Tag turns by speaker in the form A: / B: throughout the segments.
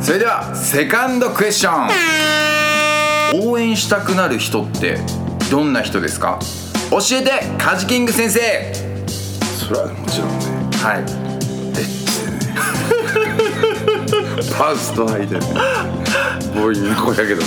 A: それではセカンドクエスチョン応援したくなる人ってどんな人ですか教えてカジキング先生
B: それはもちろんね
A: はい
B: エッチでねパンスト履いてねボーイの子やけどね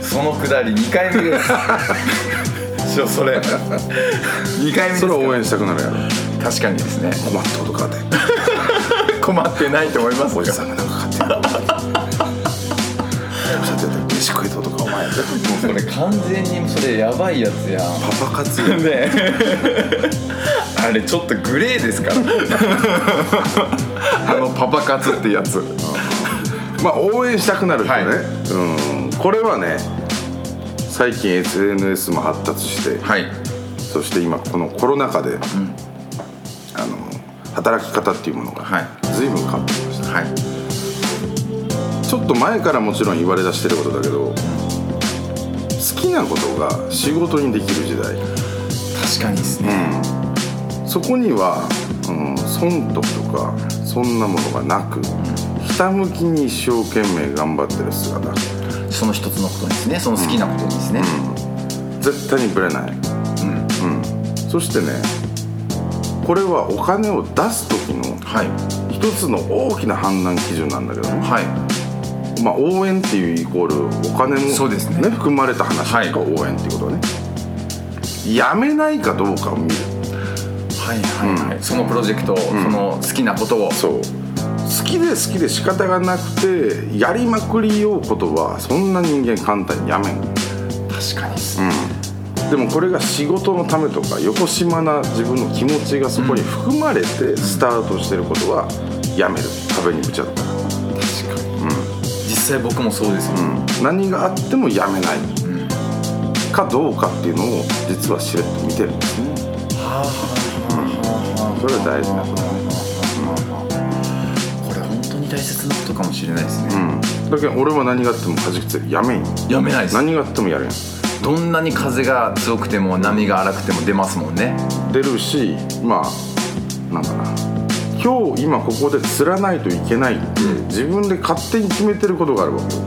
A: そのくだり2回目です 師匠それ2回目です
B: それは応援したくなるやろ
A: 確かにですね
B: 困ったことかって
A: 困ってないと思います
B: お
A: よ
B: じさんがなんか買ってるちょっとやって飯食えととかお前やって
A: これ完全にそれやばいやつやん
B: パパ活や
A: ね あれちょっとグレーですから あのパパ活ってやつ
B: まあ応援したくなる人ね、
A: はい
B: うんこれはね最近 SNS も発達して、
A: はい
B: そして今このコロナ禍で、あの働き方っていうものが
A: はい
B: 随分変わってきました、
A: はい
B: ちょっと前からもちろん言われ出してることだけど好きなことが仕事にできる時代、
A: 確かにですね
B: そこには、うん、損得とかそんなものがなくひたむきに一生懸命頑張ってる姿
A: その一つのことですねその好きなことですね、
B: 絶対にぶれない、うんそしてねこれはお金を出す時の
A: はい
B: 一つの大きな判断基準なんだけど、ね
A: はい
B: まあ、応援っていうイコールお金も、
A: そうですね
B: 含まれた話
A: はい
B: とか応援っていうことはね、やめないかどうかを見る
A: はいはいはい、そのプロジェクトを、その好きなことを
B: そう好きで好きで仕方がなくてやりまくりようことはそんな人間簡単にやめん
A: 確かにです、
B: でもこれが仕事のためとか横島な自分の気持ちがそこに含まれてスタートしてることはやめる壁にぶち当た
A: 確
B: る
A: かに、実際僕もそうですもん、
B: 何があってもやめない、かどうかっていうのを実はしれっと見てるんですね、うんそれは大事なことだね
A: これ本当に大切なことかもしれないです
B: う
A: ね、
B: んだけど俺は何があってもはじくつやめんよ
A: やめないです
B: 何があってもやるやん
A: どんなに風が強くても波が荒くても出ますもんね
B: 出るしまあなんかな今日今ここで釣らないといけないって自分で勝手に決めてることがあるわけよ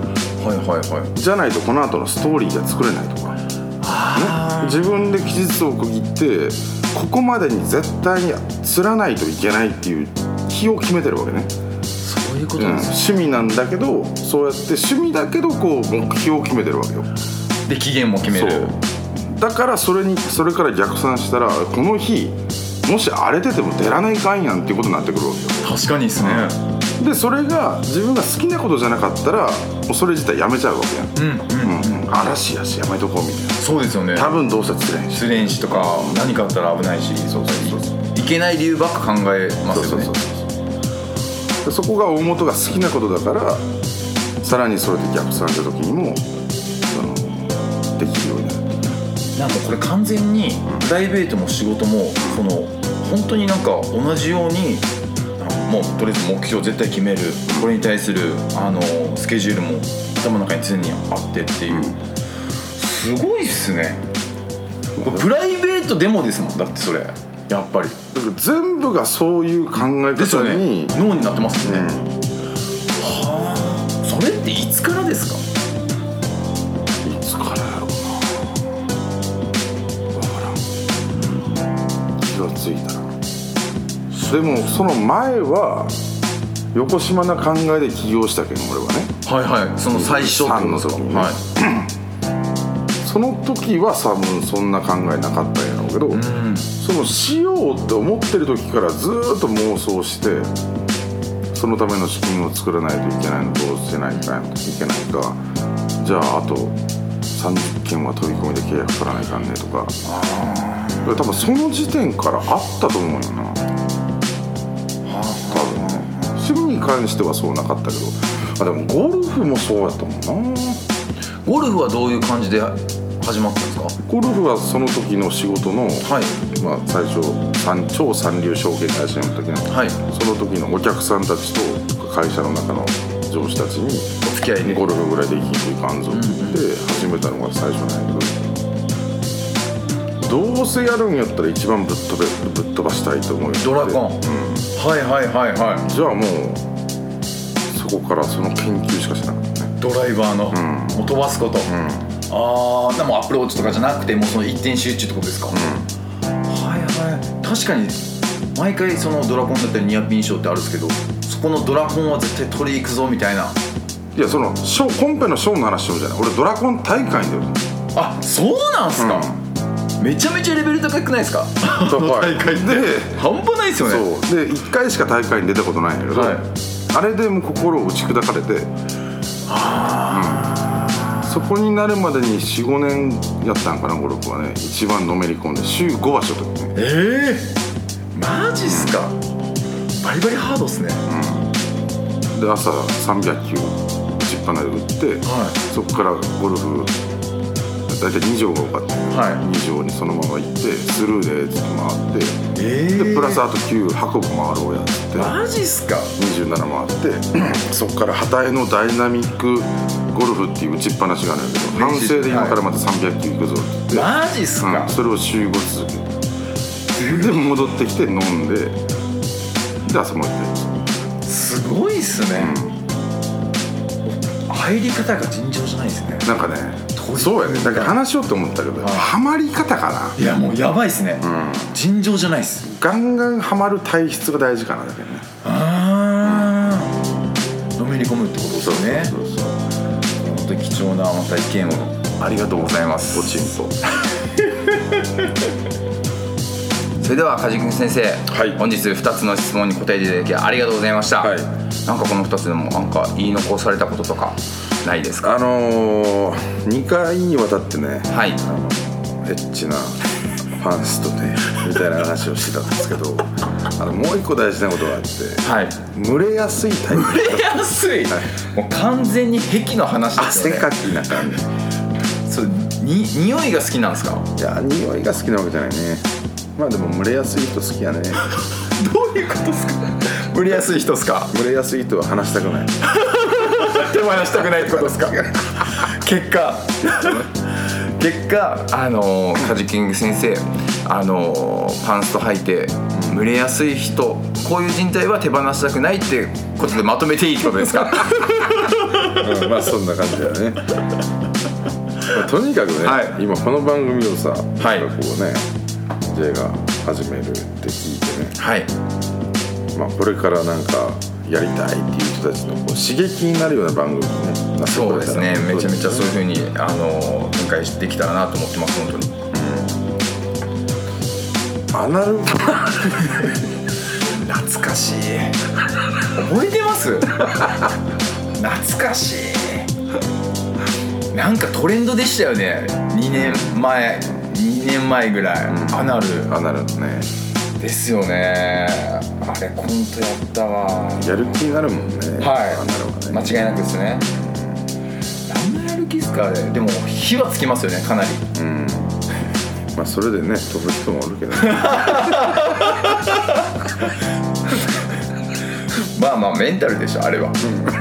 A: はいはいはい
B: じゃないとこの後のストーリーが作れないとか、ね、自分で期日を区切ってここまでに絶対に釣らないといけないっていう気を決めてるわけね、
A: そういうこ
B: うん、趣味なんだけどそうやって趣味だけどこう目標を決めてるわけよ
A: で期限も決める
B: そうだからそれにそれから逆算したらこの日もし荒れてても出らないかんやんっていうことになってくるわけよ
A: 確かにですね
B: でそれが自分が好きなことじゃなかったらもうそれ自体やめちゃうわけやん、
A: うんうん
B: うんうん、嵐やしやめとこうみたいな
A: そうですよね
B: 多分どうせ釣れへんし
A: 失恋死とか何かあったら危ないしそうそうそういけない理由ばっか考えますよね
B: でそこが大元が好きなことだからさらにそれで逆算した時にもそのできるようにな
A: な
B: る
A: んかこれ完全にプライベートも仕事もその本当になんか同じようになんかもうとりあえず目標を絶対決めるこれに対するあのスケジュールも頭の中に常にあってっていうすごいっすねこれプライベートでもですもんだってそれやっぱり
B: だから全部がそういう考え
A: ですよ
B: 方
A: ね
B: に、
A: 脳になってますよね、
B: うん
A: はあそれっていつからですか
B: いつからやろうな分からん気がついたらでもその前は横島な考えで起業したけん俺はね
A: はいはいその最初ってことですか
B: 三の時にね
A: はい
B: その時は多分そんな考えなかったんやろうけど、
A: うん
B: そのしようって思ってる時からずーっと妄想してそのための資金を作らないといけないのどうしてないかいけないかじゃああと30件は飛び込みで契約取らないかんねとか多分その時点からあったと思うよな多分ね趣味に関してはそうなかったけどあでもゴルフもそうやったもんな
A: ゴルフはどういう感じで始まったんですか
B: ゴルフはその時の仕事の、
A: はい
B: まあ、最初三超三流証券会社の時の
A: はい
B: その時のお客さんたちと会社の中の上司たちに
A: お付き合いで
B: ゴルフぐらいできんといかんぞって言って始めたのが最初なんやけどどうせやるんやったら一番ぶっ飛べぶっ飛ばしたいと思うよって
A: ドラコンはいはいはいは
B: じゃあもうそそこからその研究しかしなかったね
A: ドライバーの、
B: ん
A: もう飛ばすこと、
B: うん
A: ああでもアプローチとかじゃなくてもうその一点集中ってことですか、
B: う
A: はいはい確かに毎回そのドラコンだったりニアピン賞ってあるんですけどそこのドラコンは絶対取り行くぞみたいなん
B: いやそのショーコンペのショーの話しようじゃない俺ドラコン大会に出る
A: あそうなんすか、めちゃめちゃレベル高くないですかあの
B: は い
A: 大会って
B: で
A: 半端ないですよね
B: そうで1回しか大会に出たことないんだけど、
A: はい
B: あれでもう心を打ち砕かれてうんそこになるまでに45年やったんかな56はね一番のめり込んで週5場所とかね
A: ええマジっすかバリバリハードっすね、
B: で朝300球打ちっぱなで打って、
A: は
B: そこからゴルフ大体2畳が多かった、
A: はい
B: 2畳にそのまま行ってスルーでずっと回って
A: ええ
B: でプラスあと9箱回ろうやって
A: マジっすか
B: 27 回ってそこから旗へのダイナミックゴルフっていう打ちっぱなしがあるんだけ
A: 練
B: ど反
A: 習
B: 省で今からまた300球いくぞって言って、
A: マジっす
B: うん
A: か、
B: それを週5続けてで戻ってきて飲んでで朝まで
A: すごいっすね、入り方が尋常じゃないですね
B: なんかね
A: 遠い
B: そうやねなんか話しようと思ったけど
A: い
B: ハマり方かない
A: やもうやばいっすね、尋常じゃないっす
B: ガンガンハマる体質が大事かなだけどね
A: ああ、のめり込むってことですよね
B: そうそうそう
A: 本当に貴重なまた意見をありがとうございます
B: おちんと
A: それでは梶君先生、
B: はい
A: 本日2つの質問に答えていただきありがとうございました、
B: はい
A: なんかこの2つでもなんか言い残されたこととかないですか
B: あのー、2回にわたってね
A: はい
B: あのエッチなパンスとねみたいな話をしてたんですけど あのもう一個大事なことがあって
A: はい
B: 蒸れやすいタイプ
A: 触れやす い、もう完全に癖の話です
B: 汗
A: よね
B: かきな感じ
A: それに匂いが好きなんですか
B: いや匂いが好きなわけじゃないねまあでも蒸れやすい人好きやね
A: どういうことですか触れやすい人ですか
B: 蒸れやすい人は話したくない
A: 手放したくないってことですか結 果結果あのーカジキング先生あのーパンスト履いて蒸れやすい人こういう人体は手放したくないってことでまとめていいってことです か
B: うんまあそんな感じだよね、まあとにかくね、
A: は
B: 今この番組をさ、
A: い
B: なんかこうね J が始めるって聞いてね
A: はい
B: まあ、これからなんかやりたいっていう人たちのこう刺激になるような番組にねなってくれたら
A: そうですねめちゃめちゃそういう
B: う
A: ふうにあのー展開してきたらなと思ってます本当に
B: アナログ
A: 懐かしい覚えてます懐かしいなんかトレンドでしたよね2年前2年前ぐらい、
B: ん
A: アナル
B: アナログね
A: ですよねあれコントやったわ
B: やる気になるもんねアナロ
A: は
B: グ
A: い
B: ね
A: 間違いなくですね何のやる気っすかあれでも火はつきますよねかなり
B: うんまあそれでね飛ぶ人もおるけど、ね、
A: まあまあメンタルでしょあれは、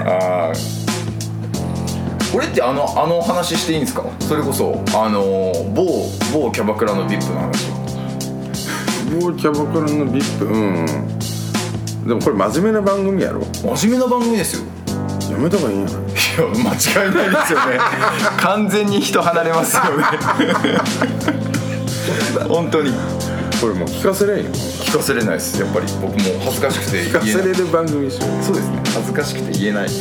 A: ああこれってあのあの話していいんですかそれこそあのー某某キャバクラの VIP の話
B: もうキャバクラの VIP うんでもこれ真面目な番組やろ
A: 真面目な番組ですよ
B: やめた方がいいんやない
A: いや間違いないです よね完全に人離れますよね 本当に
B: これもう聞かせりゃいいよ
A: 聞かせれないですやっぱり僕も恥ずかしくて
B: 聞か
A: 言え
B: せ
A: ない
B: れる番組にしよう
A: そうですね恥ずかしくて言えない、はい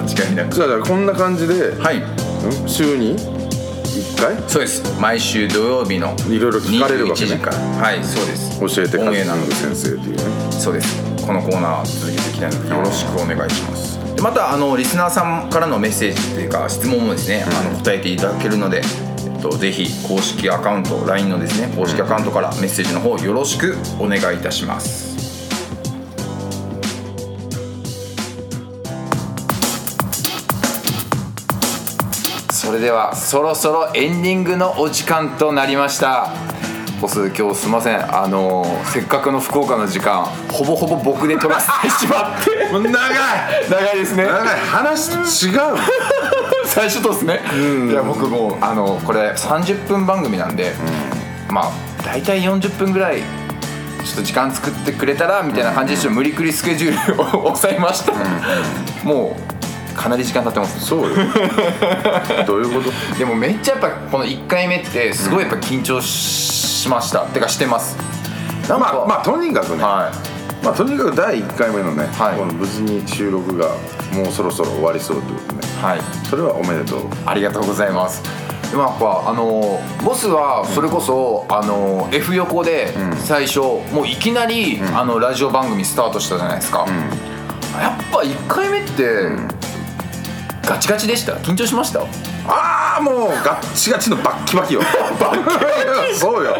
A: 間違いなく
B: じゃあじゃあこんな感じで、
A: はい
B: うん週に1回
A: そうです毎週土曜日の
B: いろいろ聞かれるわけね
A: 21時からはいそうです
B: 教えてカ
A: オン
B: ズ
A: エアな
B: キ
A: んで
B: ング先生っていうね
A: そうですこのコーナー続けていきたいのでよろしくお願いしますでまたあのリスナーさんからのメッセージっていうか質問もですね、あの答えていただけるので、えっと、ぜひ公式アカウント LINE のですね公式アカウントからメッセージの方よろしくお願いいたしますそれではそろそろエンディングのお時間となりましたボス今日すいませんあのせっかくの福岡の時間ほぼほぼ僕で取らせてしまって
B: もう長い
A: 長いですね
B: 長い話違う
A: 最初とですね、いや僕もうあのこれ30分番組なんで、まあ大体40分ぐらいちょっと時間作ってくれたらみたいな感じでちょっと無理くりスケジュールを 抑えました、もうかなり時間経ってます
B: そうよどういうこと
A: でもめっちゃやっぱこの1回目ってすごいやっぱ緊張しました、てかしてます
B: まあまあとにかくね、
A: は
B: まあ、とにかく第1回目のね、
A: はい
B: この無事に収録がもうそろそろ終わりそうってことね
A: いはい
B: それはおめでとう
A: ありがとうございます。でもやっぱあのーボスはそれこそ、あのー F 横で最初、もういきなり、あのラジオ番組スタートしたじゃないですか、やっぱ1回目って、ガチガチでした緊張しま した
B: ああもうガッチガチのバッキバ キよバッキバキ そうよ
A: や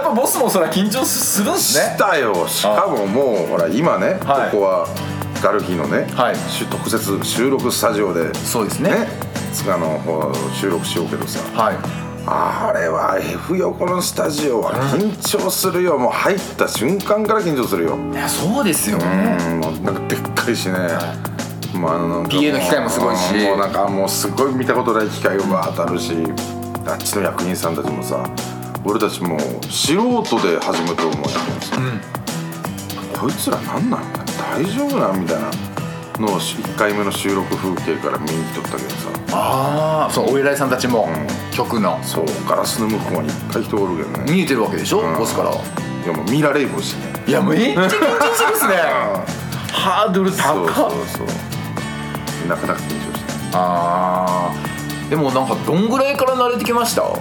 A: っぱボスもそれは緊張するんです
B: したよしかももうほら今ね、
A: はい
B: ここはガルヒのね、
A: はい
B: しゅ特設収録スタジオで
A: そうですね
B: つかのこう収録しようけどさ
A: はい
B: あれは F 横のスタジオは緊張するよ、もう入った瞬間から緊張するよ
A: いやそうですよね、
B: うんもうなんかでっかいしね、もうあのなんか
A: PA の機械もすごいし
B: もうなんかもうすごい見たことない機械がわーっとあるしあっちの役人さんたちもさ俺たちもう素人で始めたと思うやんですよ、こいつら何なんだ大丈夫なんみたいなのを1回目の収録風景から見に来とったけどさ
A: ああそうお偉いさんたちも、曲の
B: そうガラスの向こうにいっぱい人おるけどね
A: 見えてるわけでしょ、
B: うん
A: ボスからはい
B: やもう見られるもんしね
A: いやめっちゃ緊張するっすね ハードル
B: そ
A: 高
B: う
A: っ
B: そうそうなかなか緊張して
A: あーでもなんかどんぐらいから慣れてきましたも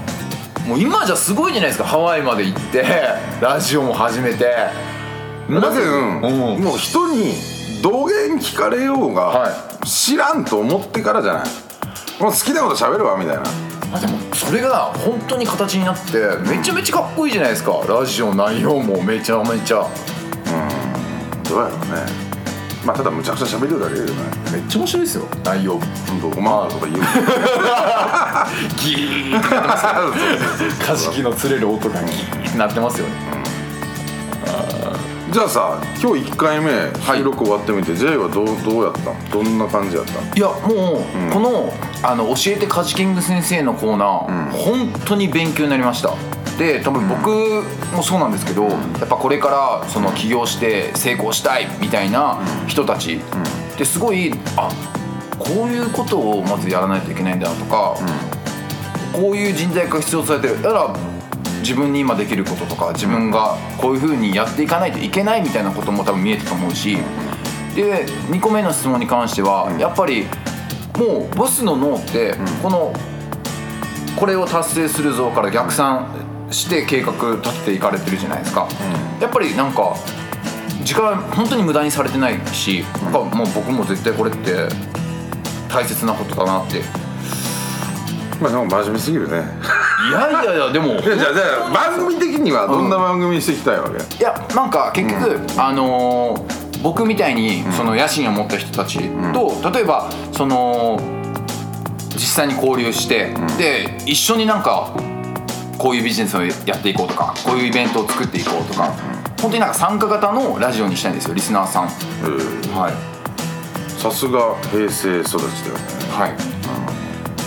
A: う今じゃすごいじゃないですかハワイまで行って ラジオも始めて
B: だけ
A: うん
B: ど、もう人に道言聞かれようが、
A: は
B: 知らんと思ってからじゃないもう好きなこと喋るわみたいな
A: あでもそれが本当に形になってめちゃめちゃかっこいいじゃないですかラジオの内容もめちゃめちゃ
B: どうやろうねまあただむちゃくちゃ喋るだけだけどね
A: めっちゃ面白いですよ内容
B: 本当おまんとか言う
A: ギーッカジキの釣れる音がギーッてなってますよね
B: じゃあさ今日1回目収録終わってみて、ジェイはどうどうやったんどんな感じやったん
A: いやもう、このあの教えてカジキング先生のコーナー、本当に勉強になりましたで多分僕もそうなんですけど、やっぱこれからその起業して成功したいみたいな人たち、ですごいあこういうことをまずやらないといけないんだなとか、こういう人材が必要とされてるだから自分に今できることとか自分がこういうふうにやっていかないといけないみたいなことも多分見えたと思うしで2個目の質問に関してはやっぱりもうボスの脳ってこのこれを達成するぞから逆算して計画立てていかれてるじゃないですか。やっぱりなんか時間本当に無駄にされてないし、なんかもう僕も絶対これって大切なことだなって
B: まあなんか真面目すぎるね
A: いやいやいやでも
B: いやじゃあじゃあ番組的にはどんな番組にしていきたいわけ、
A: いやなんか結局、あのー僕みたいにその野心を持った人たちと、例えばその実際に交流して、で一緒になんかこういうビジネスをやっていこうとかこういうイベントを作っていこうとか、本当になんか参加型のラジオにしたいんですよリスナーさん
B: うん
A: はい
B: さすが平成育ちだよね
A: はい、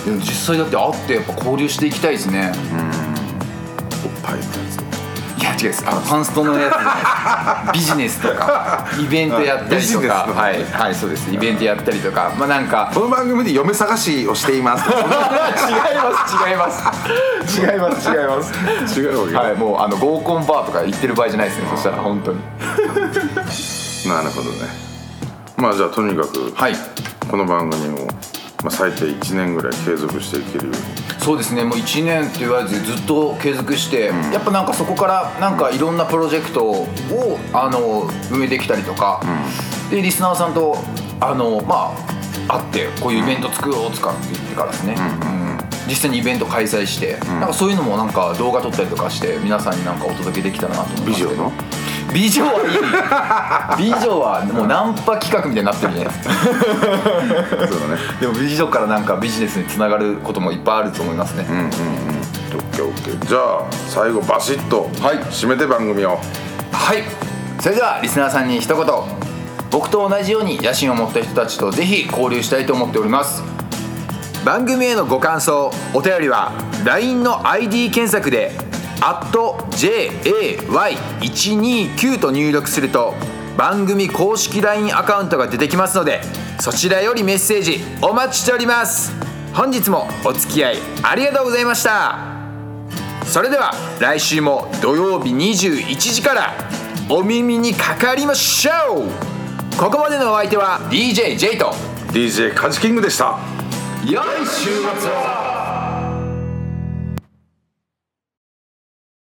A: でも実際だって会ってやっぱ交流していきたいですね、
B: おっぱいのやつとか
A: いや違うですあのパンストのやつじゃないビジネスと かイベントやったりとか
B: あビジネスの
A: はい、はい、そうですイベントやったりとかまあなんか
B: この番組で嫁探しをしています
A: 違います 違い ます違います違います
B: 違うわけよ
A: はいもうあの合コンバーとか行ってる場合じゃないですねそしたら本当に
B: なるほどねまあじゃあとにかく、
A: はい
B: この番組を、まあ、最低1年ぐらい継続していけるように
A: そうですねもう1年って言われずずっと継続して、やっぱなんかそこからなんかいろんなプロジェクトをあの埋めてきたりとか、でリスナーさんとあのまあ会ってこういうイベント作ろうとかって言ってからですね、うん実際にイベント開催して、なんかそういうのもなんか動画撮ったりとかして皆さんになんかお届けできたらなと思います
B: 美女の
A: 美女 はいい美女はもうナンパ企画みたいになってるじゃないですか
B: そうだね
A: でも美女からなんかビジネスにつながることもいっぱいあると思いますね、
B: オッケーオッケーじゃあ最後バシッと
A: はい
B: 締めて番組を、
A: はいそれではリスナーさんに一言僕と同じように野心を持った人たちとぜひ交流したいと思っております番組へのご感想お便りは LINE の ID 検索で「 @jay129 と入力すると番組公式 LINE アカウントが出てきますのでそちらよりメッセージお待ちしております本日もお付き合いありがとうございましたそれでは来週も土曜日21時からお耳にかかりましょうここまでのお相手は DJJ と
B: DJ カジキングでした
A: 良い週末を